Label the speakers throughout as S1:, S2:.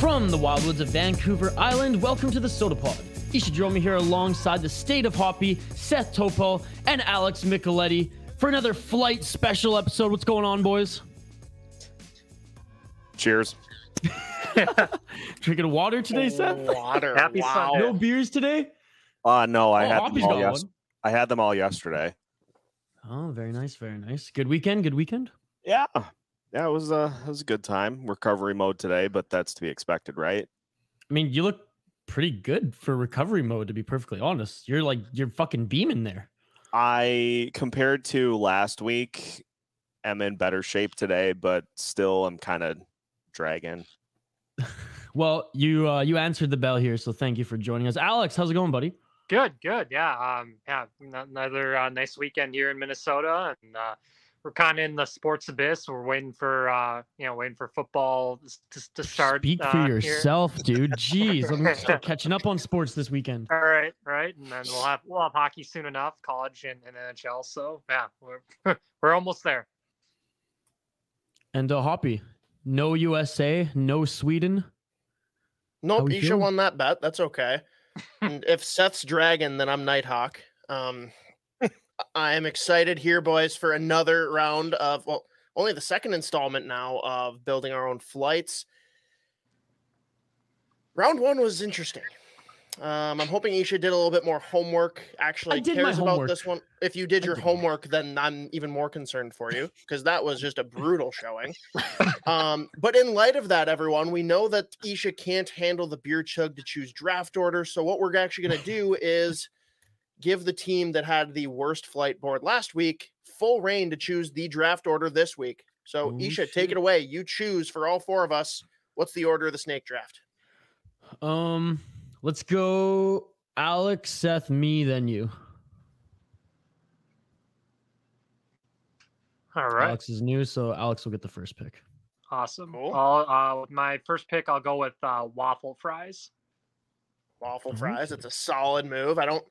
S1: From the wildwoods of Vancouver Island, welcome to the Soda Pod. Keisha drove me here alongside the state of Hoppy, Seth Topo, and Alex Micheletti for another flight special episode. What's going on, boys?
S2: Cheers.
S1: Drinking water today, Seth?
S2: Water.
S3: Happy
S2: wow.
S3: Sunday.
S1: No beers today?
S2: Uh, no, I
S1: oh,
S2: had
S1: Hoppy's
S2: them all
S1: got
S2: yes- I had them all yesterday.
S1: one. Oh, very nice, very nice. Good weekend, good weekend.
S2: Yeah. Yeah, it was uh it was a good time. Recovery mode today, but that's to be expected, right?
S1: I mean, you look pretty good for recovery mode, to be perfectly honest. You're like, you're fucking beaming there.
S2: I compared to last week, am in better shape today, but still I'm kind of dragging.
S1: Well, you uh, you answered the bell here, so thank you for joining us. Alex, how's it going, buddy?
S3: Good, good. Yeah. Um, yeah. n- Another uh, nice weekend here in Minnesota, and uh, we're kind of in the sports abyss. We're waiting for uh, you know, waiting for football s- to, to start.
S1: Speak for
S3: uh, here.
S1: yourself, dude. Jeez, I'm gonna start catching up on sports this weekend.
S3: All right, right, and then we'll have we'll have hockey soon enough, college and, and NHL. So yeah, we're we're almost there.
S1: And uh, Hoppy, no USA, no Sweden.
S4: Nope,
S1: we
S4: Isha
S1: feeling?
S4: won that bet. That's okay. and if Seth's dragon, then I'm Nighthawk. Um, I am excited here, boys, for another round of well, only the second installment now of building our own flights. Round one was interesting. Um, I'm hoping Isha did a little bit more homework. Actually,
S1: did my
S4: cares about
S1: homework.
S4: this one. If you did
S1: I
S4: your
S1: did my-
S4: homework, then I'm even more concerned for you because that was just a brutal showing. Um, but in light of that, everyone, we know that Isha can't handle the beer chug to choose draft order. So what we're actually going to do is give the team that had the worst flight board last week full reign to choose the draft order this week. So
S1: Oh,
S4: Isha, take
S1: shit.
S4: it away. You choose for all four of us. What's the order of the snake draft?
S1: Um, let's go, Alex, Seth, me, then you.
S3: All right,
S1: Alex is new, so Alex will get the first pick.
S3: awesome.
S4: Cool.
S3: I'll, uh, with my first pick, I'll go with uh, waffle fries.
S4: Waffle
S1: Okay.
S4: fries. It's a solid move. I don't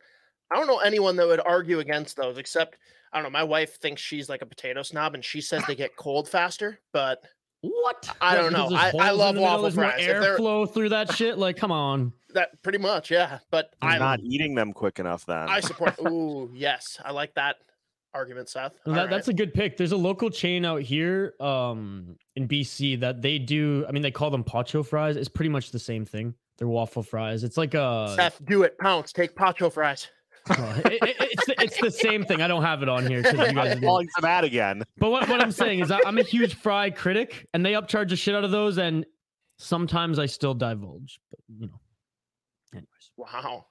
S4: I don't know anyone that would argue against those except I don't know. My wife thinks she's like a potato snob and she says they get cold faster, but
S1: What?
S4: I
S1: That's
S4: don't
S1: because
S4: know.
S1: there's
S4: I- I
S1: holes in
S4: love
S1: the middle,
S4: waffle
S1: there's no
S4: fries. If they're-
S1: Airflow through that shit. Like, come on.
S4: that pretty much, yeah. But
S2: I'm
S4: I
S2: not eating them quick enough then.
S4: I support. Ooh, yes, I like that argument, Seth.
S1: No, that, That's a good pick. There's a local chain out here um, in BC that they do. I mean, they call them pacho fries. It's pretty much the same thing. They're waffle fries. It's like a.
S4: Seth, do it. Pounce. Take pacho fries.
S1: uh, it- it- it's, the, it's the same thing. I don't have it on here. 'cause you guys
S2: I'm
S1: did.
S2: falling for that again.
S1: But what, what I'm saying is I, I'm a huge fry critic, and they upcharge the shit out of those. And sometimes I still divulge, but you know. Anyways,
S4: Wow.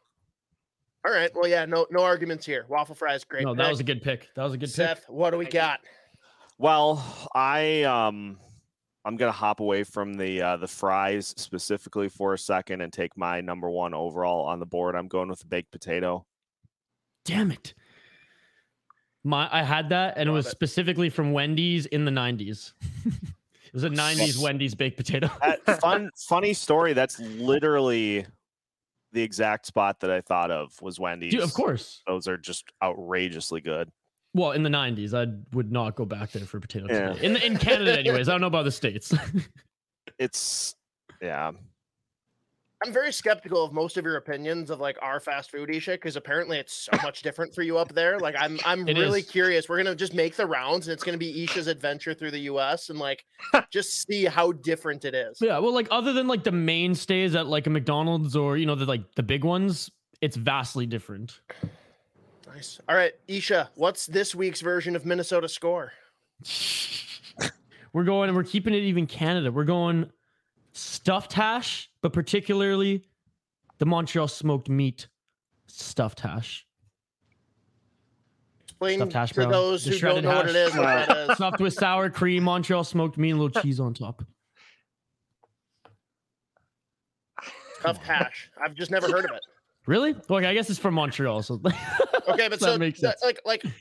S4: All right. Well, yeah. No, no arguments here. Waffle fries, great.
S1: no, that
S4: pick.
S1: was a good pick. That was a good pick.
S4: Seth. What do we
S3: Thank you.
S4: got?
S2: Well, I um I'm gonna hop away from the uh, the fries specifically for a second and take my number one overall on the board. I'm going with the baked potato.
S1: Damn it. My I had that and it
S4: Love
S1: was
S4: it.
S1: specifically from Wendy's in the 90s. it was a 90s Wendy's baked potato.
S2: That fun funny story. That's literally the exact spot that I thought of was Wendy's.
S1: Dude, of course.
S2: Those are just outrageously good.
S1: Well, in the 90s, I would not go back there for potato
S2: Yeah.
S1: today. In the, in Canada anyways. I don't know about the states.
S2: It's yeah.
S4: I'm very skeptical of most of your opinions of like our fast food Isha because apparently it's so much different for you up there. Like I'm, I'm
S1: It
S4: really
S1: is.
S4: curious. We're gonna just make the rounds and it's gonna be Isha's adventure through the U.S. and like just see how different it is.
S1: yeah, well like other than like the mainstays at like a McDonald's or you know the like the big ones, it's vastly different.
S4: Nice. All right, Isha. What's this week's version of Minnesota score?
S1: We're going and we're keeping it even Canada. We're going stuffed hash, but particularly the Montreal smoked meat stuffed hash.
S4: Explain
S1: Stuffed hash
S4: to
S1: brown,
S4: those
S1: the
S4: who don't
S1: shredded
S4: know what it
S1: hash.
S4: is. What that is.
S1: Stuffed with sour cream, Montreal smoked meat, and a little cheese on top. Come
S4: Tough
S1: on.
S4: hash. I've just never heard of it.
S1: Really? Okay, I guess it's from Montreal. So
S4: Okay, but
S1: That
S4: so
S1: makes
S4: that-
S1: sense.
S4: like like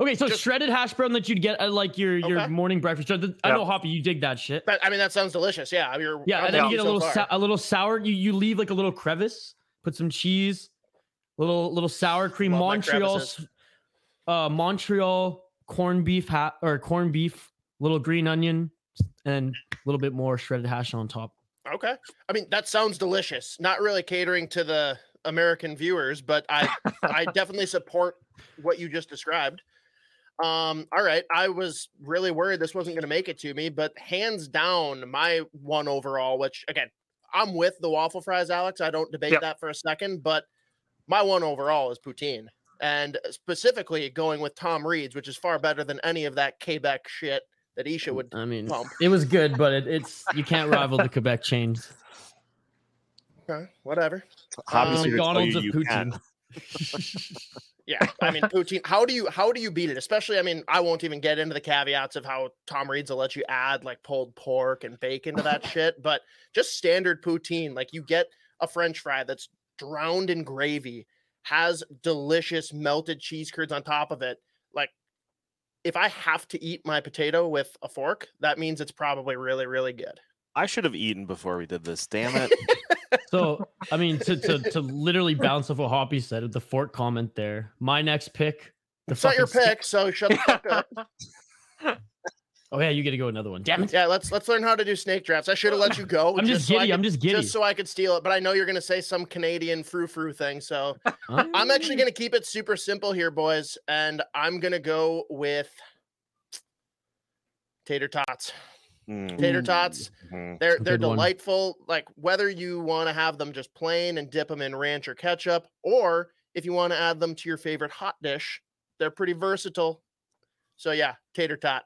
S1: okay, so
S4: Just-
S1: shredded hash brown that you'd get at like your your
S4: Okay.
S1: morning breakfast. So th- I
S3: Yeah.
S1: know Hoppy, you dig that shit.
S4: that, I mean that sounds delicious. Yeah, I mean, you're-
S1: Yeah,
S4: I'm
S1: and then you
S4: with
S1: get a
S4: so
S1: little
S4: far.
S1: sou- a little sour. You you leave like a little crevice, put some cheese, little little sour cream,
S4: Love my
S1: Montreal,
S4: crevices.
S1: s- uh, Montreal corned beef hat or corned beef, little green onion, and a little bit more shredded hash on top.
S4: Okay. I mean, that sounds delicious. Not really catering to the American viewers, but I I definitely support what you just described. Um, all right. I was really worried this wasn't gonna make it to me, but hands down, my one overall, which again, I'm with the waffle fries, Alex. I don't debate
S3: Yep.
S4: that for a second, but my one overall is poutine. And specifically going with Tom Reed's, which is far better than any of that Quebec shit that Isha would
S1: I mean,
S4: pump.
S1: it was good, but it, it's you can't rival the Quebec chains.
S4: Okay, whatever.
S2: Hoppy's
S4: Um,
S2: here to
S1: Uh,
S2: tell
S1: McDonald's
S2: you
S1: of
S2: you
S1: poutine.
S2: can.
S4: Yeah, I mean poutine. How do you how do you beat it? Especially, I mean, I won't even get into the caveats of how Tom Reed's will let you add like pulled pork and bacon to that shit, but just standard poutine. Like you get a French fry that's drowned in gravy, has delicious melted cheese curds on top of it. Like, if I have to eat my potato with a fork, that means it's probably really really good.
S2: I should have eaten before we did this. Damn it.
S1: So I mean, to to to literally bounce off what Hoppy said, the fork comment there. My next pick. The
S4: It's not your
S1: fucking sta-
S4: pick, so shut the fuck up.
S1: Oh yeah, you get to go another one. Damn it!
S4: Yeah, let's let's learn how to do snake drafts. I should have let you go.
S1: I'm just
S4: so I
S1: giddy,
S4: could-
S1: I'm just giddy.
S4: Just so I could steal it, but I know you're gonna say some Canadian frou frou thing. So I'm
S1: Oh.
S4: actually gonna keep it super simple here, boys, and I'm gonna go with tater tots.
S2: Mm,
S4: Tater
S1: Ooh.
S4: tots.
S2: mm.
S4: They're
S1: a
S4: they're
S1: good one.
S4: delightful. Like whether you want to have them just plain and dip them in ranch or ketchup, or if you want to add them to your favorite hot dish, they're pretty versatile. So yeah, tater tot.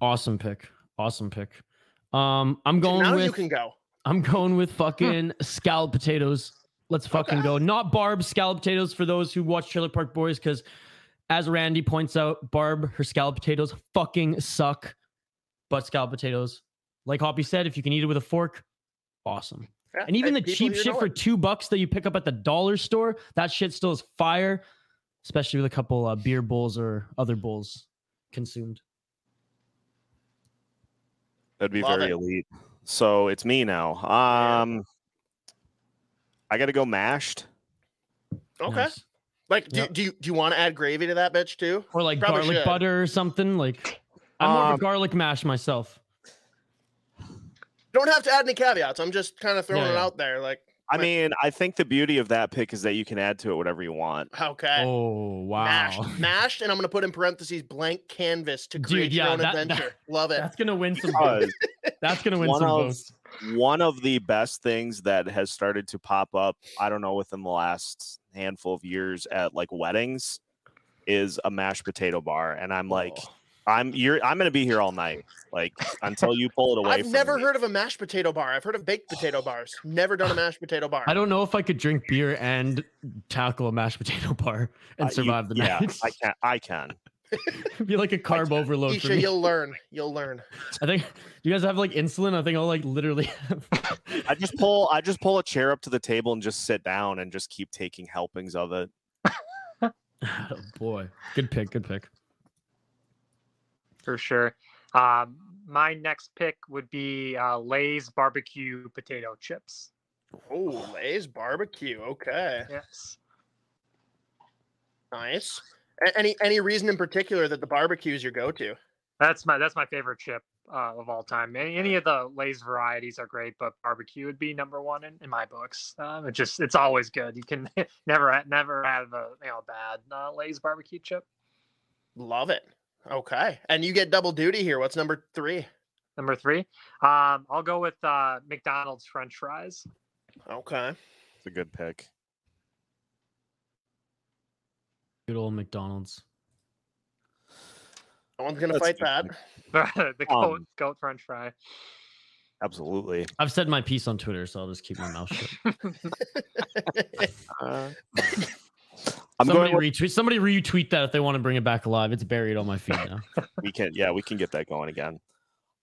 S1: Awesome pick. Awesome pick. Um, I'm going
S4: now you
S1: with
S4: can go.
S1: I'm going
S4: Hmm.
S1: with fucking scallop potatoes. Let's fucking go. Not Barb scallop potatoes for those who watch Trailer Park Boys, because as Randy points out, Barb her scallop potatoes fucking suck. But scallop potatoes, like Hoppy said, if you can eat it with a fork, awesome.
S4: Yeah,
S1: And even
S4: hey,
S1: the
S4: people
S1: cheap
S4: here
S1: shit
S4: know
S1: for
S4: it.
S1: two bucks that you pick up at the dollar store, that shit still is fire, especially with a couple uh, beer bowls or other bowls consumed.
S2: That'd be
S4: Love
S2: very
S4: it.
S2: elite. So it's me now. Um, I got to go mashed.
S4: okay.
S1: Nice.
S4: Like, do,
S1: Yep.
S4: do you do you want to add gravy to that bitch too?
S1: Or like
S4: Probably
S1: garlic
S4: should.
S1: butter or something. Like I'm more of
S2: Um,
S1: a garlic mash myself.
S4: Don't have to add any caveats. I'm just kind of throwing
S1: Yeah,
S4: it
S1: yeah.
S4: out there. Like,
S2: I
S4: Like-
S2: mean, I think the beauty of that pick is that you can add to it whatever you want.
S4: okay,
S1: Oh wow.
S4: mashed, mashed, and I'm gonna put in parentheses blank canvas to
S1: Dude,
S4: create your
S1: yeah,
S4: own
S1: that- that-
S4: adventure. Love it.
S1: That's gonna win some votes.
S2: Because
S1: That's gonna win
S2: one
S1: some
S2: of-
S1: votes.
S2: one of the best things that has started to pop up, I don't know, within the last handful of years at like weddings is a mashed potato bar. And I'm like, I'm you're I'm gonna be here all night. Like until you pull it away.
S4: I've
S2: from
S4: never
S2: me.
S4: heard of a mashed potato bar. I've heard of baked potato bars. Never done a mashed potato bar.
S1: I don't know if I could drink beer and tackle a mashed potato bar and
S2: Uh, you-
S1: survive the
S2: yeah,
S1: night.
S2: I can I can.
S1: It'd be like a carb overload for
S4: Isha,
S1: me.
S4: you'll learn. You'll learn.
S1: I think do you guys have like insulin. I think I'll like literally have
S2: I just pull I just pull a chair up to the table and just sit down and just keep taking helpings of it.
S1: Oh boy, good pick, good pick.
S3: for sure. Um, my next pick would be uh, Lay's barbecue potato chips.
S4: Oh, Lay's barbecue. Okay,
S3: Yes.
S4: nice. A- Any any reason in particular that the barbecue is your go-to?
S3: That's my that's my favorite chip uh, of all time. Any, any of the Lay's varieties are great, but barbecue would be number one in, in my books. Um, it just it's always good. You can never ha- never have a you know bad uh, Lay's barbecue chip.
S4: Love it. Okay, and you get double duty here. What's number three?
S3: Number three, um, I'll go with uh, McDonald's French fries.
S4: Okay.
S2: It's a good pick.
S1: Good old McDonald's.
S4: No one's gonna
S2: That's
S4: fight
S2: a good
S4: that.
S2: pick.
S3: the goat,
S2: Um,
S3: goat French fry.
S2: Absolutely.
S1: I've said my piece on Twitter, so I'll just keep my mouth shut.
S2: I'm
S1: somebody
S2: going with-
S1: retweet. Somebody retweet that if they want to bring it back alive. It's buried on my feed now.
S2: we can yeah, we can get that going again.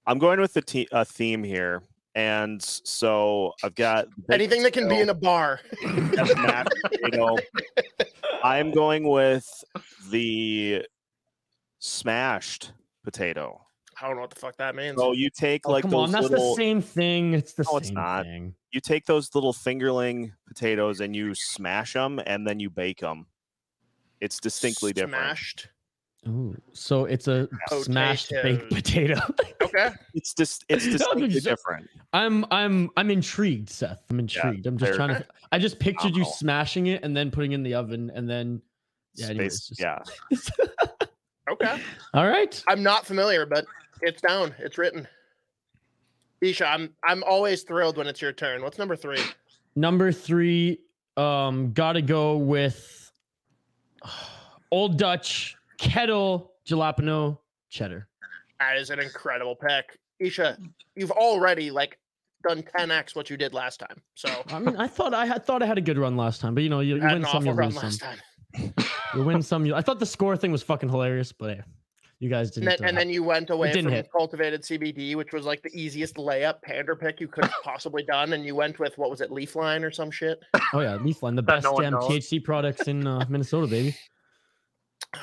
S2: I'm going with the te- uh, theme here And so I've got
S4: Anything that can be in a bar.
S2: that's mashed potato. I'm going with the smashed potato.
S4: I don't know what the fuck that means.
S2: So you take
S1: Oh,
S2: like
S1: come
S2: those
S1: on, that's the
S2: little
S1: same thing. It's the
S2: No,
S1: same
S2: it's not.
S1: thing.
S2: you take those little fingerling potatoes and you smash them and then you bake them. It's distinctly different.
S4: Smashed.
S1: Ooh, so it's a smashed baked potato.
S4: Okay.
S2: It's just it's
S1: No, I'm
S2: distinctly
S1: just-
S2: different.
S1: I'm I'm I'm intrigued, Seth. I'm intrigued. I'm just
S2: fair.
S1: trying to. I just pictured you
S2: Wow.
S1: smashing it and then putting it in the oven and then. Yeah,
S2: Space-
S1: anyways, just-
S2: yeah.
S4: Okay.
S1: All right.
S4: I'm not familiar, but it's down. It's written. Isha, I'm I'm always thrilled when it's your turn. What's number three?
S1: Number three, um, gotta go with Old Dutch kettle jalapeno cheddar.
S4: That is an incredible pick. Isha, you've already like done 10x what you did last time. So
S1: I mean, I thought I had thought I had a good run last time, but you know, you, you
S4: had
S1: win
S4: an
S1: some,
S4: awful
S1: you
S4: run
S1: lose some.
S4: last time.
S1: You win some. You, I thought the score thing was fucking hilarious, but hey, you guys didn't.
S4: And then,
S1: uh,
S4: and then you went away
S1: didn't
S4: from
S1: hit.
S4: cultivated CBD, which was like the easiest layup pander pick you could have possibly done. And you went with what was it, leaf line or some shit?
S1: oh yeah, Leafline, the
S3: That
S1: best
S3: no one
S1: damn
S3: knows.
S1: THC products in uh, Minnesota, baby.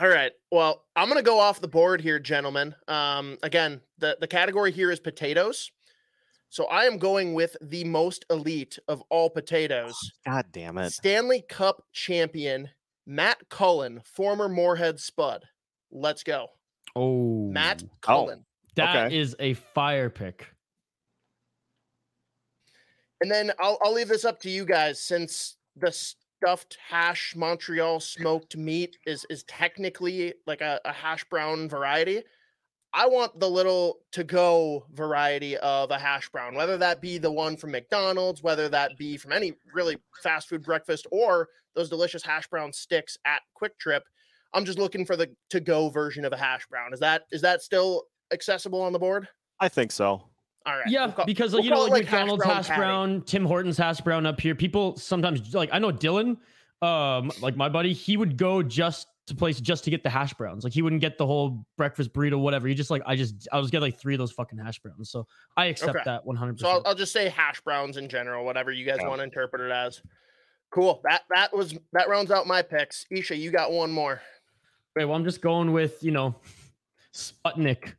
S4: All right. Well, I'm gonna go off the board here, gentlemen. Um, again, the the category here is potatoes. So I am going with the most elite of all potatoes,
S2: God damn it.
S4: Stanley Cup champion Matt Cullen, former Moorhead Spud. Let's go,
S1: Oh,
S4: Matt Cullen.
S1: that
S2: okay.
S1: is a fire pick.
S4: And then I'll I'll leave this up to you guys since the stuffed hash Montreal smoked meat is is technically like a, a hash brown variety. I want the little to go variety of a hash brown, whether that be the one from McDonald's, whether that be from any really fast food breakfast, or those delicious hash brown sticks at Quick Trip. I'm just looking for the to go version of a hash brown. Is that is that still accessible on the board?
S2: I think so.
S4: All right.
S1: Yeah,
S4: we'll call-
S1: because
S4: we'll
S1: you know,
S4: call it,
S1: like,
S4: hash
S1: McDonald's
S4: brown
S1: hash
S4: patty.
S1: brown, Tim Hortons hash brown up here. People sometimes like I know Dylan, um, like my buddy, he would go just to place just to get the hash browns. Like he wouldn't get the whole breakfast burrito, whatever. He just like I just I was getting like three of those fucking hash browns. So I accept
S4: Okay.
S1: that one hundred
S4: So I'll,
S1: percent.
S4: I'll just say hash browns in general, whatever you guys
S2: Yeah.
S4: want to interpret it as. Cool. That that was that rounds out my picks. Isha, you got one more.
S1: Right. Well, I'm just going with you know, Sputnik.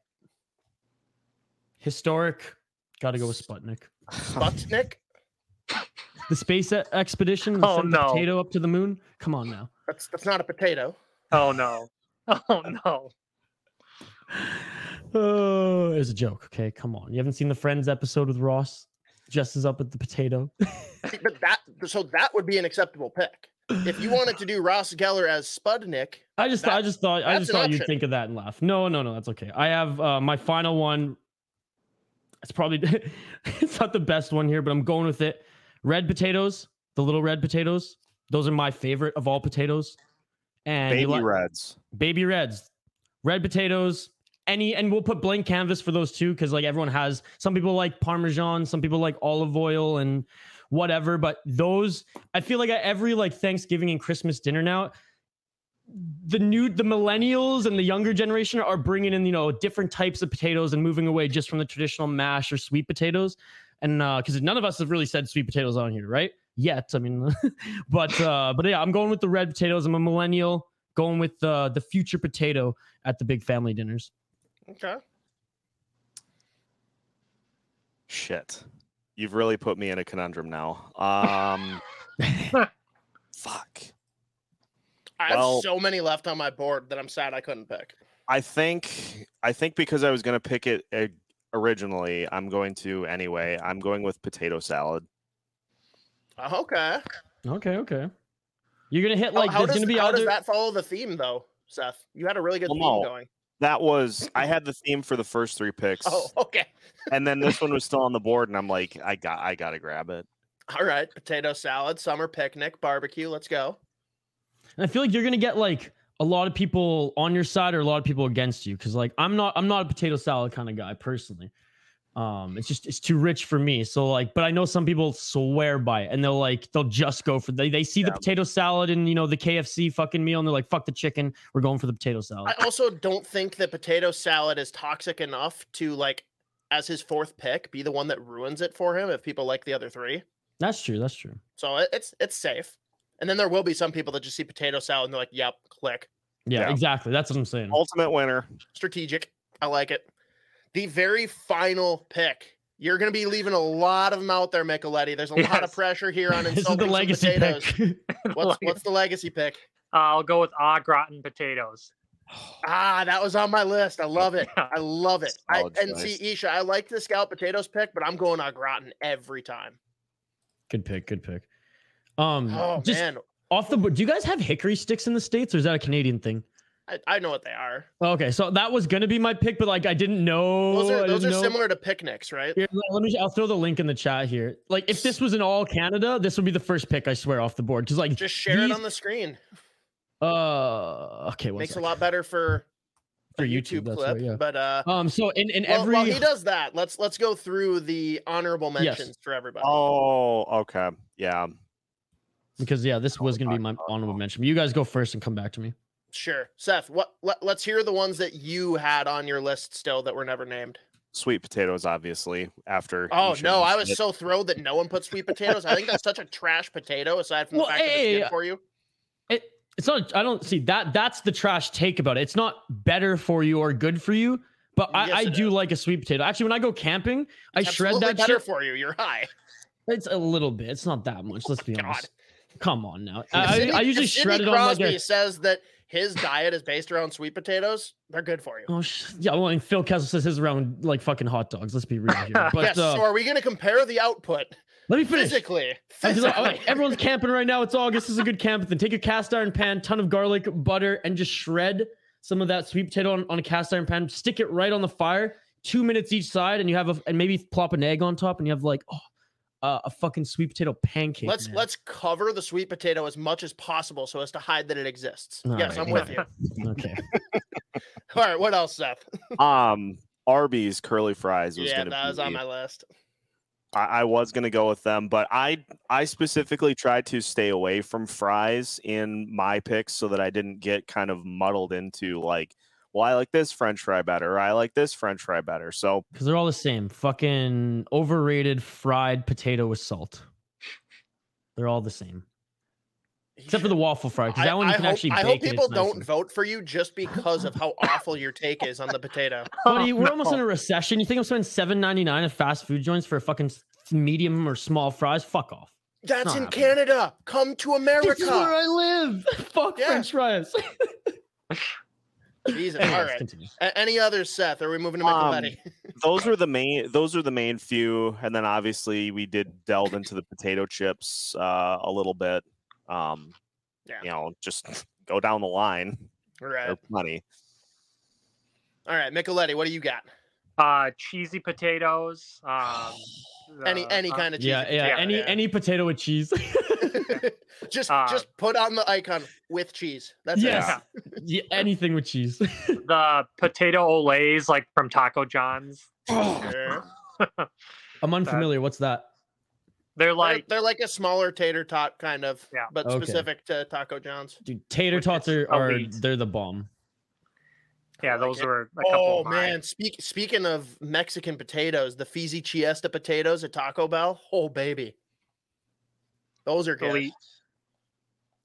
S1: Historic. Got to go with Sputnik.
S4: Sputnik.
S1: The space e- expedition. that
S3: Oh,
S1: sent the
S3: no.
S1: potato up to the moon. Come on now.
S4: That's that's not a potato.
S3: Oh no. Oh no.
S1: Oh, it was a joke. Okay, come on. You haven't seen the Friends episode with Ross dresses up with the potato.
S4: See, But that so that would be an acceptable pick. If you wanted to do Ross Geller as Spudnik,
S1: I just, thought, I
S4: That-
S1: just thought, I
S4: that's
S1: just
S4: an
S1: thought you'd
S4: option.
S1: think of that and laugh. No, no, no, that's okay. I have uh, my final one. It's probably, it's not the best one here, but I'm going with it. Red potatoes, the little red potatoes. Those are my favorite of all potatoes. And you
S2: Baby
S1: like-
S2: Reds.
S1: baby reds, red potatoes, any, and we'll put blank canvas for those too, because like everyone has some people like parmesan, some people like olive oil and whatever. But those, I feel like at every like Thanksgiving and Christmas dinner now, the new the millennials and the younger generation are bringing in you know different types of potatoes and moving away just from the traditional mash or sweet potatoes and uh because none of us have really said sweet potatoes on here right yet i mean but uh but yeah i'm going with the red potatoes i'm a millennial going with uh, the future potato at the big family dinners.
S4: okay.
S2: Shit. You've really put me in a conundrum now. Um fuck.
S4: I have
S2: Well-
S4: so many left on my board that I'm sad I couldn't pick.
S2: I think I think because I was going to pick it uh, originally, I'm going to anyway. I'm going with potato salad.
S4: Uh, Okay.
S1: Okay, okay. You're gonna hit
S4: Like,
S1: like
S4: how
S1: there's
S4: does,
S1: gonna be
S4: how does
S1: other.
S4: that follow the theme though, Seth? You had a really good
S2: Well,
S4: theme
S2: no.
S4: going.
S2: That was I had the theme for the first three picks,
S4: Oh, okay.
S2: and then this one was still on the board, and I'm like, I got I got to grab it.
S4: All right. Potato salad, summer picnic, barbecue. Let's go.
S1: and I feel like you're gonna get like a lot of people on your side or a lot of people against you because like I'm not I'm not a potato salad kind of guy personally. Um, it's just it's too rich for me. So like, but I know some people swear by it and they'll like they'll just go for they they see the
S2: Yeah.
S1: potato salad and you know the KFC fucking meal and they're like fuck the chicken we're going for the potato salad.
S4: I also don't think that potato salad is toxic enough to like as his fourth pick be the one that ruins it for him if people like the other three.
S1: That's true. That's true.
S4: So it, it's it's safe. And then there will be some people that just see potato salad and they're like, "Yep, click."
S1: Yeah,
S2: Yeah.
S1: exactly. That's what I'm saying.
S2: Ultimate winner.
S4: strategic. I like it. The very final pick. You're going to be leaving a lot of them out there, Micheletti. There's a lot of
S3: Yes.
S4: pressure here on
S1: this is
S4: insulting
S1: the
S4: some
S1: legacy
S4: potatoes.
S1: pick.
S4: What's, what's the legacy pick?
S3: I'll go with au gratin potatoes.
S4: Ah, that was on my list. I love it.
S3: Yeah.
S4: I love it. I,
S2: Solid
S4: and see, Isha, I like the scallop potatoes pick, but I'm going on gratin every time.
S1: good pick. Good pick. Um,
S4: Oh
S1: just
S4: man,
S1: off the board. Do you guys have hickory sticks in the states, or is that a Canadian thing? Oh,
S4: I, I know what they are.
S1: Okay, so that was gonna be my pick, but like I didn't know.
S4: Those
S1: Oh, I
S4: are those are
S1: didn't know.
S4: similar to picnics, right?
S1: Here, let- let me. I'll throw the link in the chat here. Like, if this was in all Canada, this would be the first pick. I swear off the board. Because like,
S4: Just share it
S1: these-
S4: on the screen.
S1: uh, okay, one
S4: Makes
S1: sec.
S4: a lot better for
S1: for
S4: a
S1: YouTube.
S4: YouTube
S1: that's
S4: clip.
S1: right, yeah.
S4: But uh,
S1: Um. So in in
S4: Well,
S1: every
S4: while he does that, let's let's go through the honorable
S1: Yes.
S4: mentions for everybody.
S2: Oh, okay. Yeah.
S1: because yeah, this was gonna be my honorable mention. You guys go first and come back to me.
S4: Sure, Seth. What let, us hear the ones that you had on your list still that were never named.
S2: Sweet potatoes, obviously. After.
S4: Oh
S2: Isha
S4: no,
S2: and
S4: I was
S2: shit.
S4: so thrilled that no one put sweet potatoes. I think that's such a trash potato. Aside from
S1: Well,
S4: the fact that
S1: hey,
S4: it's good for you,
S1: It it's not. I don't see that. That's the trash take about it. It's not better for you or good for you. But I,
S4: Yes,
S1: I
S4: it
S1: do like a sweet potato. Actually, when I go camping, I
S4: It's
S1: shred
S4: absolutely
S1: that
S4: better
S1: shit.
S4: for you. You're high.
S1: It's a little bit. It's not that much. Let's be
S4: God.
S1: honest. Come on now.
S4: If
S1: I, I-
S4: Sidney-
S1: I
S4: if
S1: usually
S4: Sidney
S1: shred it on like
S4: Crosby
S1: a.
S4: says that his diet is based around sweet potatoes. They're good for you.
S1: Oh sh- yeah, well, and Phil Kessel says his around like fucking hot dogs. Let's be real here. But
S4: yes.
S1: uh,
S4: so are we going to compare the output
S1: let me finish.
S4: physically?
S1: I was like, "Oh,
S4: Physically.
S1: everyone's camping right now. It's August. This is a good camp. Then take a cast iron pan, ton of garlic, butter, and just shred some of that sweet potato on, on a cast iron pan. Stick it right on the fire. Two minutes each side, and you have a and maybe plop an egg on top, and you have like oh, uh, a fucking sweet potato pancake.
S4: Let's
S1: man.
S4: let's cover the sweet potato as much as possible so as to hide that it exists.
S1: All
S4: yes,
S1: right,
S4: I'm with you.
S1: okay.
S4: All right, what else, Seth?
S2: Um, Arby's curly fries was
S4: Yeah,
S2: gonna
S4: that was on
S2: be-
S4: my list.
S2: I, I was gonna go with them, but I I specifically tried to stay away from fries in my picks so that I didn't get kind of muddled into like, well, I like this French fry better, or I like this French fry better. So
S1: Because they're all the same. Fucking overrated fried potato with salt. They're all the same. Except for the waffle fry, because
S4: I,
S1: that one
S4: I
S1: you can
S4: hope,
S1: actually
S4: I
S1: bake
S4: hope
S1: it, it's
S4: people don't
S1: nicer.
S4: vote for you just because of how awful your take is on the potato.
S1: Buddy, we're
S4: Oh,
S3: no.
S1: almost in a recession. You think I'm spending seven ninety nine at fast food joints for a fucking s- medium or small fries? Fuck off.
S4: That's
S1: Not
S4: in
S1: happening.
S4: Canada. Come to America.
S1: This is where I live. Fuck
S4: Yeah.
S1: French fries.
S4: Jesus.
S1: Anyways,
S4: All right.
S1: continue.
S4: A- any others, Seth? Are we moving to
S2: Um,
S4: Micheletti?
S2: those were the main those are the main few, and then obviously we did delve into the potato chips uh, a little bit. Um,
S4: Yeah.
S2: you know, just go down the line.
S4: right.
S2: They're plenty.
S4: All right, Micheletti, what do you got?
S3: Uh, cheesy potatoes. Um,
S4: Any
S3: the,
S4: any
S3: uh,
S4: kind of cheese?
S1: Yeah, yeah,
S3: potato,
S1: Any
S4: yeah.
S1: any potato with cheese.
S4: just
S3: Uh,
S4: just put on the icon with cheese. That's
S1: yes.
S4: it.
S3: Yeah.
S1: Yeah, anything with cheese.
S3: the potato olays like from Taco John's.
S4: Sure.
S1: I'm unfamiliar. What's that?
S3: They're
S4: They're-
S3: like
S4: they're, like a smaller tater tot kind of,
S3: Yeah.
S4: but
S1: Okay.
S4: specific to Taco John's.
S1: Dude, tater
S3: Which
S1: tots
S3: is
S1: are, are
S3: elite.
S1: they're the bomb.
S3: yeah,
S4: like
S3: those
S4: it.
S3: were a couple
S4: Oh
S3: of mine.
S4: man, speak, speaking of Mexican potatoes, the Fizzy Chiesta potatoes at Taco Bell, oh baby, those are good.
S3: Elite.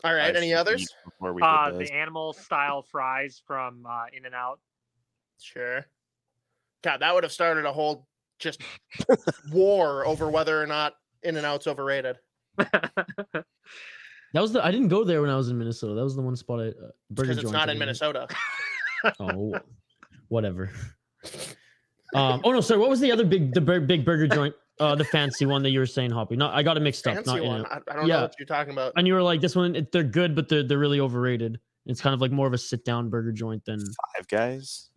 S4: All right,
S2: Fries
S4: any
S2: to eat
S4: others?
S2: Before we did
S3: Uh,
S2: this.
S3: the animal style fries from uh, In and Out.
S4: Sure. God, that would have started a whole just war over whether or not In and Out's overrated.
S1: That was the I didn't go there when I was in Minnesota. That was the one spot I uh, burger
S4: Because it's
S1: joint
S4: not
S1: I
S4: in
S1: didn't-
S4: Minnesota.
S1: Oh, whatever. Um. Oh no, sorry. What was the other big, the bur- big burger joint? Uh, the fancy one that you were saying, Hoppy. No, I got it mixed up.
S4: Fancy
S1: not in
S4: one.
S1: it.
S4: I, I don't
S1: Yeah.
S4: know what you're talking about.
S1: And you were like, this one, it, they're good, but they're they're really overrated. It's kind of like more of a sit down burger joint than
S2: Five Guys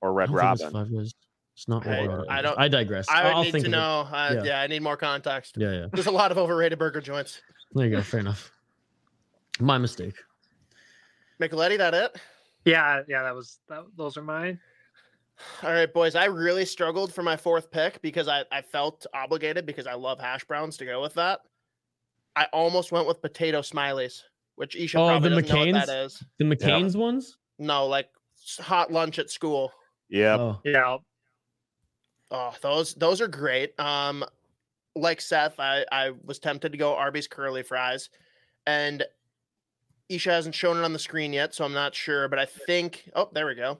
S2: or
S1: I
S2: Red
S1: don't think it's
S2: Robin.
S1: Five Guys. It's not.
S4: I-
S1: overrated.
S4: I don't-
S1: I digress.
S4: I would
S1: I'll
S4: need
S1: think
S4: to
S1: of it.
S4: know. Uh,
S1: Yeah.
S4: yeah, I need more context.
S1: Yeah, yeah.
S4: There's a lot of overrated burger joints.
S1: There you go. Fair enough. My mistake.
S4: Micheletti, that it?
S3: Yeah, yeah, that was that, those are mine.
S4: All right, boys. I really struggled for my fourth pick because I, I felt obligated because I love hash browns to go with that. I almost went with potato smileys, which Isha
S1: Oh,
S4: probably
S1: the
S4: doesn't know what that
S1: McCain's?
S4: is.
S1: The McCain's ones.
S4: No, like s- hot lunch at school.
S2: Yep.
S1: Oh.
S3: Yeah,
S4: Oh, those those are great. Um, like Seth, I I was tempted to go Arby's curly fries, and Isha hasn't shown it on the screen yet, so I'm not sure. But I think oh, there we go.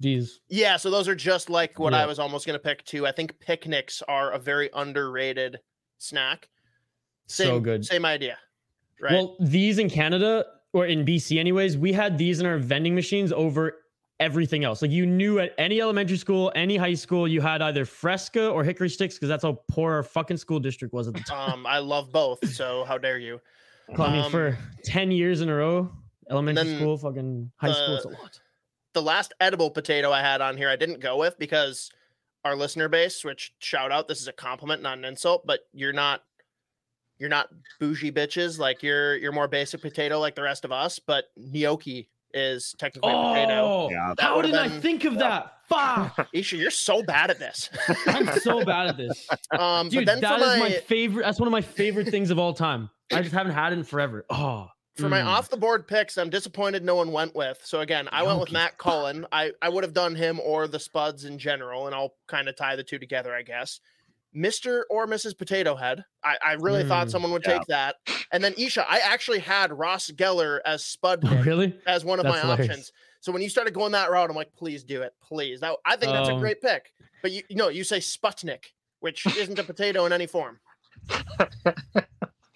S1: These
S4: Yeah, so those are just like what
S1: Yeah.
S4: I was almost going to pick too. I think picnics are a very underrated snack. Same,
S1: so good.
S4: Same idea, right?
S1: Well, these in Canada or in BC, anyways, we had these in our vending machines over everything else. Like you knew at any elementary school, any high school, you had either Fresca or Hickory Sticks because that's how poor our fucking school district was at the time.
S4: um, I love both. So how dare you?
S1: I mean,
S4: Um,
S1: for ten years in a row, elementary
S4: then
S1: school, fucking high school, it's a lot.
S4: the last edible potato I had on here, I didn't go with because our listener base, which shout out, this is a compliment, not an insult, but you're not you're not bougie bitches. Like you're you're more basic potato like the rest of us, but gnocchi is technically a potato.
S1: Oh,
S2: Yeah.
S4: That
S1: how
S4: would've
S1: didn't I
S4: been-
S1: think of that? Fuck,
S4: Isha, you're so bad at this.
S1: I'm so bad at this,
S4: Um
S1: dude.
S4: but then
S1: That
S4: for
S1: is
S4: my,
S1: my favorite. That's one of my favorite things of all time. I just haven't had it in forever. Oh,
S4: for my
S1: mm.
S4: off the board picks, I'm disappointed no one went with. So again, I went with
S1: Gnocchi,
S4: Matt Cullen. I, I would have done him or the Spuds in general, and I'll kind of tie the two together, I guess. Mr. or Mrs. Potato Head. I, I really thought
S1: Mm,
S4: someone would
S2: yeah.
S4: take that. And then Isha, I actually had Ross Geller as Spud pick
S1: really?
S4: as one of
S1: That's
S4: my
S1: hilarious.
S4: options. So when you started going that route, I'm like, please do it, please. That, I think that's a
S1: Um,
S4: great pick. But you no, you say Sputnik, which isn't a potato in any form.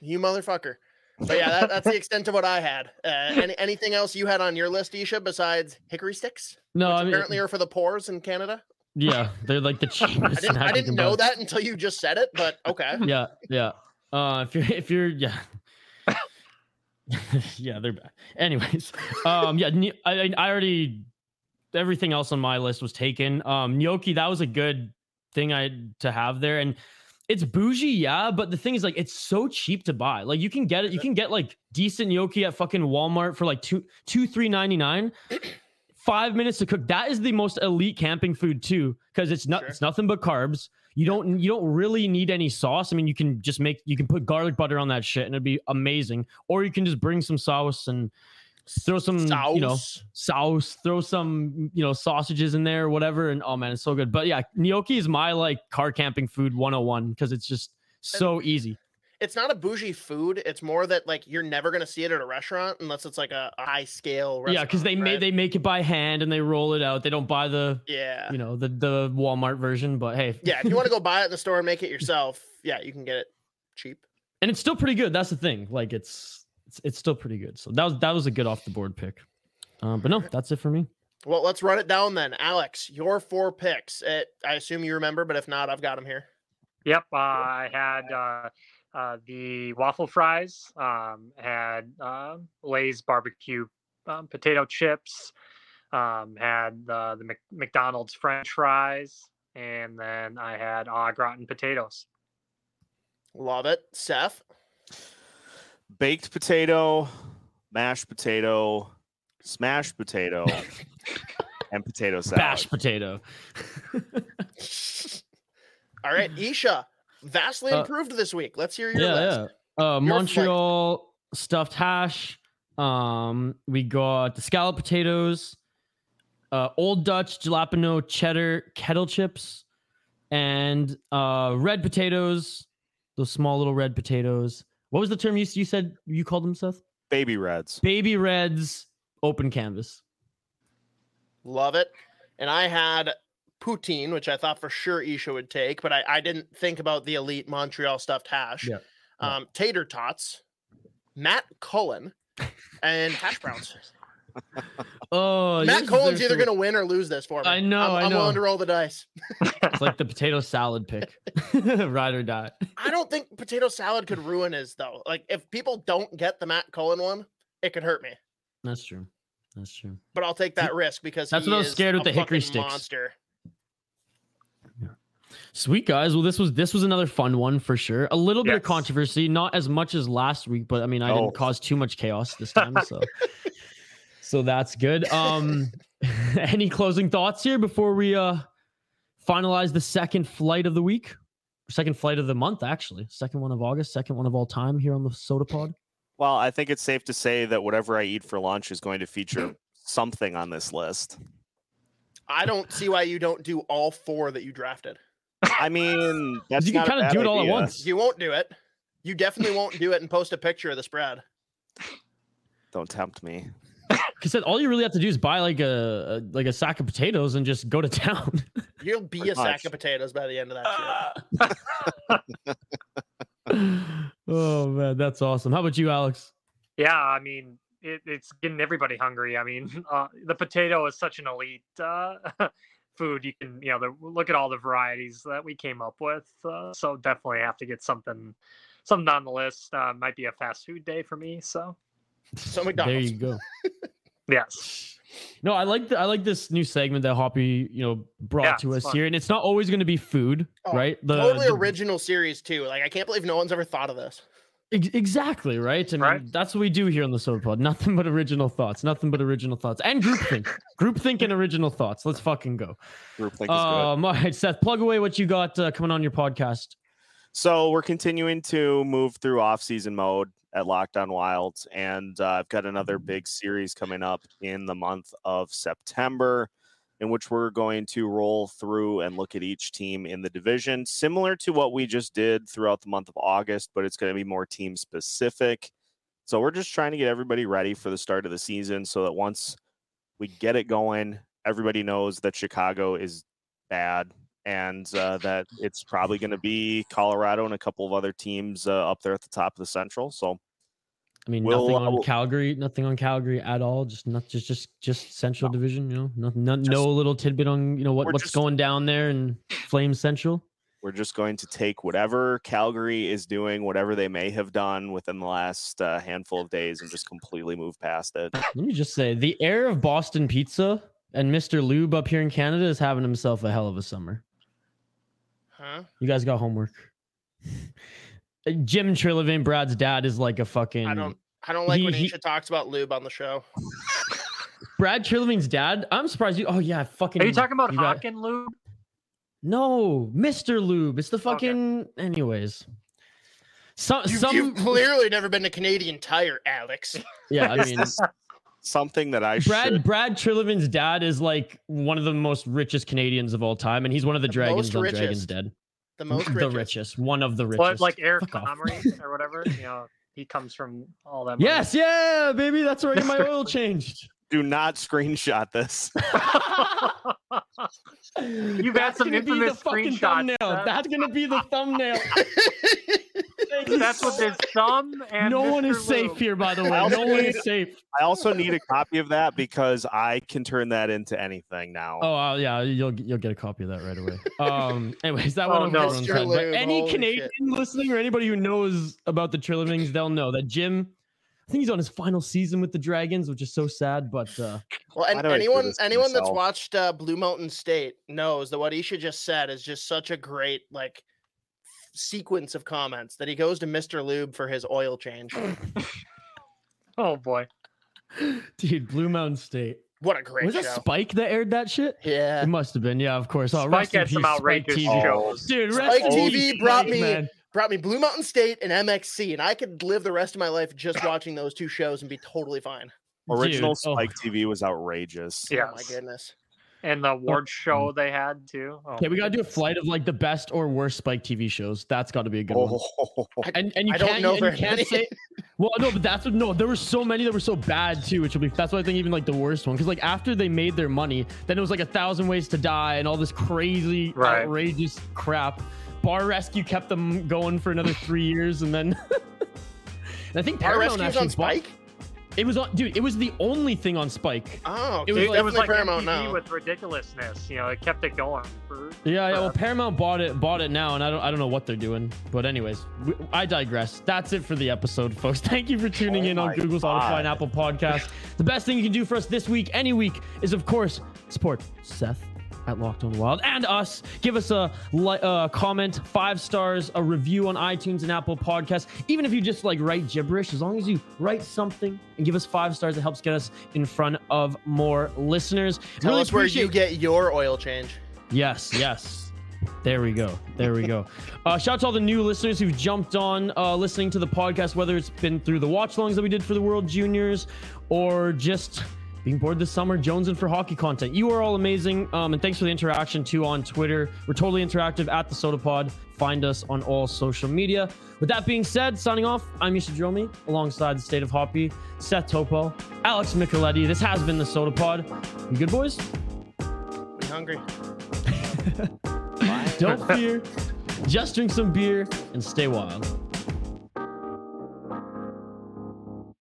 S4: you motherfucker. But yeah, that, that's the extent of what I had. Uh, any, anything else you had on your list, Isha, besides hickory sticks,
S1: No,
S4: which
S1: I mean,
S4: apparently are for the poors in Canada?
S1: Yeah, they're like the
S4: I
S1: cheapest. snack
S4: didn't, I
S1: you
S4: didn't
S1: can
S4: know
S1: buy.
S4: that until you just said it, but okay.
S1: Yeah, yeah. Uh, if you're, if you're, yeah, yeah, they're bad. Anyways, um, yeah, gn- I, I already everything else on my list was taken. Um, gnocchi, that was a good thing I to have there, and it's bougie, yeah. But the thing is, like, it's so cheap to buy. Like, you can get it. You can get like decent gnocchi at fucking Walmart for like two, two, three ninety nine. Five minutes to cook. That is the most elite camping food too, because it's not.
S4: Sure.
S1: It's nothing but carbs. You don't. You don't really need any sauce. I mean, you can just make. You can put garlic butter on that shit, and it'd be amazing. Or you can just bring some sauce and throw some. You know,
S4: Sauce.
S1: sauce, throw some, you know, sausages in there, whatever. And oh man, it's so good. But yeah, gnocchi is my like car camping food 101 because it's just so easy.
S4: it's not a bougie food. It's more that like you're never gonna see it at a restaurant unless it's like a, a high scale restaurant.
S1: yeah, because they
S4: right?
S1: made they make it by hand and they roll it out. They don't buy the
S4: yeah
S1: you know the the Walmart version, but hey,
S4: yeah, if you want to go buy it in the store and make it yourself, yeah, you can get it cheap.
S1: and it's still pretty good. That's the thing. Like it's it's, it's still pretty good. So that was that was a good off the board pick. Um, but no, that's it for me.
S4: Well, let's run it down then. Alex, your four picks. It, I assume you remember, but if not, I've got them here.
S3: Yep, uh, I had uh, uh, the waffle fries. Um, had um Lay's barbecue um, potato chips. Um, had uh, the Mc- McDonald's French fries, and then I had au gratin potatoes.
S4: Love it. Seth,
S2: baked potato, mashed potato, smashed potato, and potato salad.
S1: Bash potato.
S4: all right, Isha, vastly
S1: Uh,
S4: improved this week. Let's hear your
S1: yeah,
S4: list.
S1: yeah. Uh,
S4: flight.
S1: Montreal stuffed hash. Um, we got the scallop potatoes, uh, Old Dutch jalapeno cheddar kettle chips, and uh, red potatoes. Those small little red potatoes. What was the term you you said you called them, Seth?
S2: Baby reds.
S1: Baby reds, open canvas.
S4: Love it. And I had poutine, which I thought for sure Isha would take, but I, I didn't think about the elite Montreal stuffed hash.
S1: Yeah, yeah.
S4: Um, tater tots, Matt Cullen, and hash browns.
S1: Oh,
S4: Matt
S1: yours
S4: Cullen's
S1: is
S4: either
S1: there
S4: going to win or lose this for me.
S1: I know,
S4: I'm,
S1: I
S4: I'm willing
S1: know.
S4: to roll the dice.
S1: for- It's like the potato salad pick, ride or die.
S4: I don't think potato salad could ruin his though. Like if people don't get the Matt Cullen one, it could hurt me.
S1: That's true. That's true.
S4: But I'll take that risk because
S1: That's
S4: he
S1: what I was
S4: is
S1: scared with
S4: a
S1: the hickory
S4: fucking
S1: sticks.
S4: Monster.
S1: Sweet guys. Well, this was this was another fun one for sure. A little bit of
S3: Yes.
S1: controversy, not as much as last week, but I mean, I
S2: Oh.
S1: didn't cause too much chaos this time, so so that's good. Um, any closing thoughts here before we uh finalize the second flight of the week, second flight of the month, actually, second one of August, second one of all time here on the Soda Pod.
S2: Well, I think it's safe to say that whatever I eat for lunch is going to feature something on this list.
S4: I don't see why you don't do all four that you drafted.
S2: I mean, that's
S1: you can
S2: not a
S1: kind of
S2: bad
S1: do it all at
S2: idea.
S1: once.
S4: You won't do it. You definitely won't do it and post a picture of the spread.
S2: Don't tempt me.
S1: Because all you really have to do is buy like a, a- like a sack of potatoes and just go to town.
S4: You'll be
S2: Pretty
S4: a sack
S2: much.
S4: of potatoes by the end of that. shit.
S1: Ah. oh man, that's awesome. How about you, Alex?
S3: Yeah, I mean, it, it's getting everybody hungry. I mean, uh, the potato is such an elite uh, food. You can, you know, the, look at all the varieties that we came up with. Uh, so definitely have to get something, something on the list. Uh, might be a fast food day for me. So
S4: So
S1: There
S4: McDonald's.
S1: you go.
S3: yes,
S1: No, I like the, I like this new segment that Hoppy you know brought
S3: Yeah,
S1: to
S3: it's
S1: us
S3: fun.
S1: here, and it's not always going to be food,
S4: Oh,
S1: right? The,
S4: totally
S1: the-
S4: original series too. Like I can't believe no one's ever thought of this.
S1: ex- exactly right. I mean,
S3: Right.
S1: that's what we do here on the Soda Pod. Nothing but original thoughts. Nothing but original thoughts and groupthink. groupthink and original thoughts. Let's fucking go.
S2: Group think is good.
S1: Um, all right, Seth, plug away what you got uh, coming on your podcast.
S2: So we're continuing to move through off-season mode at Lockdown Wilds, and uh, I've got another big series coming up in the month of September, in which we're going to roll through and look at each team in the division, similar to what we just did throughout the month of August, but it's going to be more team specific. So we're just trying to get everybody ready for the start of the season, so that once we get it going, everybody knows that Chicago is bad and uh, that it's probably going to be Colorado and a couple of other teams uh, up there at the top of the Central. So
S1: I mean,
S2: Will,
S1: nothing
S2: uh,
S1: on
S2: will-
S1: Calgary, nothing on Calgary at all. Just not just just just Central Division. You know, not, not, no
S2: Just-
S1: little tidbit on you know what
S2: we're
S1: what's
S2: just-
S1: going down there in Flame Central.
S2: we're just going to take whatever Calgary is doing, whatever they may have done within the last uh, handful of days, and just completely move past it.
S1: Let me just say, the heir of Boston Pizza and Mister Lube up here in Canada is having himself a hell of a summer.
S4: Huh?
S1: You guys got homework. Uh, Jim Trillivan, Brad's dad, is like a fucking.
S4: I don't I don't like
S1: He-
S4: when
S1: he-
S4: Aisha talks about lube on the show.
S1: Brad Trillivan's dad. I'm surprised you. Oh yeah, I fucking.
S3: are you talking about
S1: got-
S3: Hawk and Lube?
S1: No, Mister Lube. It's the
S3: Okay.
S1: fucking. Anyways, some
S4: You,
S1: some
S4: have clearly never been to Canadian Tire, Alex.
S1: yeah. I
S2: Is
S1: mean,
S2: this something that I
S1: Brad
S2: should?
S1: Brad Trillivan's dad is like one of the most richest Canadians of all time, and he's one of the,
S4: The
S1: dragons
S4: most
S1: on Dragons
S4: richest.
S1: Dead.
S4: The most
S1: the
S4: richest.
S1: richest, one of the richest.
S3: Well, like Eric
S1: Fuck off.
S3: Comrie or whatever. You know, he comes from all that. money.
S1: Yes, yeah, baby. That's where I get my oil changed.
S2: Do not screenshot this.
S1: You've
S3: had some infamous screenshots,
S1: thumbnail.
S3: Seth.
S1: That's gonna be the thumbnail. Thank you
S3: That's
S1: so
S3: what his
S1: much.
S3: thumb and
S1: No one is
S3: Mr.
S1: safe
S3: Lube.
S1: here, by the way.
S2: I'll
S1: No one
S2: say-
S1: is safe.
S2: I also need a copy of that because I can turn that into anything now.
S1: Oh uh, yeah, you'll you'll get a copy of that right away. Um, anyways, that
S3: Oh,
S1: one I'm
S3: no.
S1: over on
S4: Mr.
S1: time. But
S4: Lube,
S1: any
S4: holy
S1: Canadian listening or anybody who knows about the Trillivings, they'll know that Jim. I think he's on his final season with the Dragons, which is so sad. But uh,
S4: Well,
S2: Why
S4: and
S2: do I do
S4: anyone
S2: this to
S4: anyone that's
S2: myself?
S4: watched uh, Blue Mountain State knows that what Isha just said is just such a great like sequence of comments that he goes to Mr. Lube for his oil change.
S3: Oh boy.
S1: dude, Blue Mountain State
S4: What a great
S1: was that
S4: show.
S1: Spike that aired that shit?
S4: yeah.
S1: It must have been, yeah, of course. Oh,
S3: Spike
S1: rest in
S3: had some
S1: peace, Spike
S3: outrageous
S1: TV.
S3: shows.
S1: Dude,
S4: Spike
S1: rest in
S4: TV
S1: peace,
S4: brought
S1: Spike,
S4: me-
S1: man.
S4: Brought me Blue Mountain State and MXC, and I could live the rest of my life just watching those two shows and be totally fine.
S2: Original
S1: dude, oh.
S2: Spike TV was outrageous.
S3: Yeah.
S4: Oh my
S3: Yes.
S4: goodness.
S3: And the award show they had too. Oh,
S1: Okay, we gotta do a
S3: goodness.
S1: flight of like the best or worst Spike TV shows. That's got to be a good one.
S2: Oh,
S1: And, and you
S4: I
S1: can't,
S4: don't know
S1: and you
S4: very
S1: can't
S4: many.
S1: say. Well, no, but that's what, no. There were so many that were so bad too, which will be that's why I think even like the worst one because like after they made their money, then it was like a thousand ways to die and all this crazy,
S3: Right.
S1: outrageous crap. Bar Rescue kept them going for another three years, and then and I think
S4: Our
S1: Paramount
S4: rescues
S1: actually
S4: on
S1: bought-
S4: Spike?
S1: It was on, dude. It was the only thing on Spike.
S4: Oh,
S1: It was
S4: dude,
S1: like-
S3: It was
S4: definitely
S3: like
S4: Paramount
S3: MTV
S4: now.
S3: with ridiculousness. You know, it kept it going for
S1: Yeah, yeah. Well,
S3: Forever.
S1: Paramount bought it, bought it now, and I don't, I don't know what they're doing. But anyways, we, I digress. That's it for the episode, folks. Thank you for tuning
S2: Oh
S1: in on
S2: my
S1: Google, Spotify, and
S2: God.
S1: Apple Podcasts. the best thing you can do for us this week, any week, is of course support Seth at Locked On Wild and us. Give us a li- uh, comment, five stars, a review on iTunes and Apple Podcasts. Even if you just like write gibberish, as long as you write something and give us five stars, it helps get us in front of more listeners.
S4: Tell
S1: really
S4: us where you
S1: appreciate-
S4: get your oil change.
S1: Yes, yes. There we go. There we go. Uh, shout out to all the new listeners who've jumped on uh, listening to the podcast, whether it's been through the watch longs that we did for the World Juniors or just Being bored this summer, Jones and for hockey content. You are all amazing. Um, and thanks for the interaction too on Twitter. We're totally interactive at the Soda Pod. Find us on all social media. With that being said, signing off, I'm Misha Dromi alongside the state of hoppy, Seth Topo, Alex Micheletti. This has been the Soda Pod. You good boys?
S4: We hungry.
S1: Don't fear. Just drink some beer and stay wild.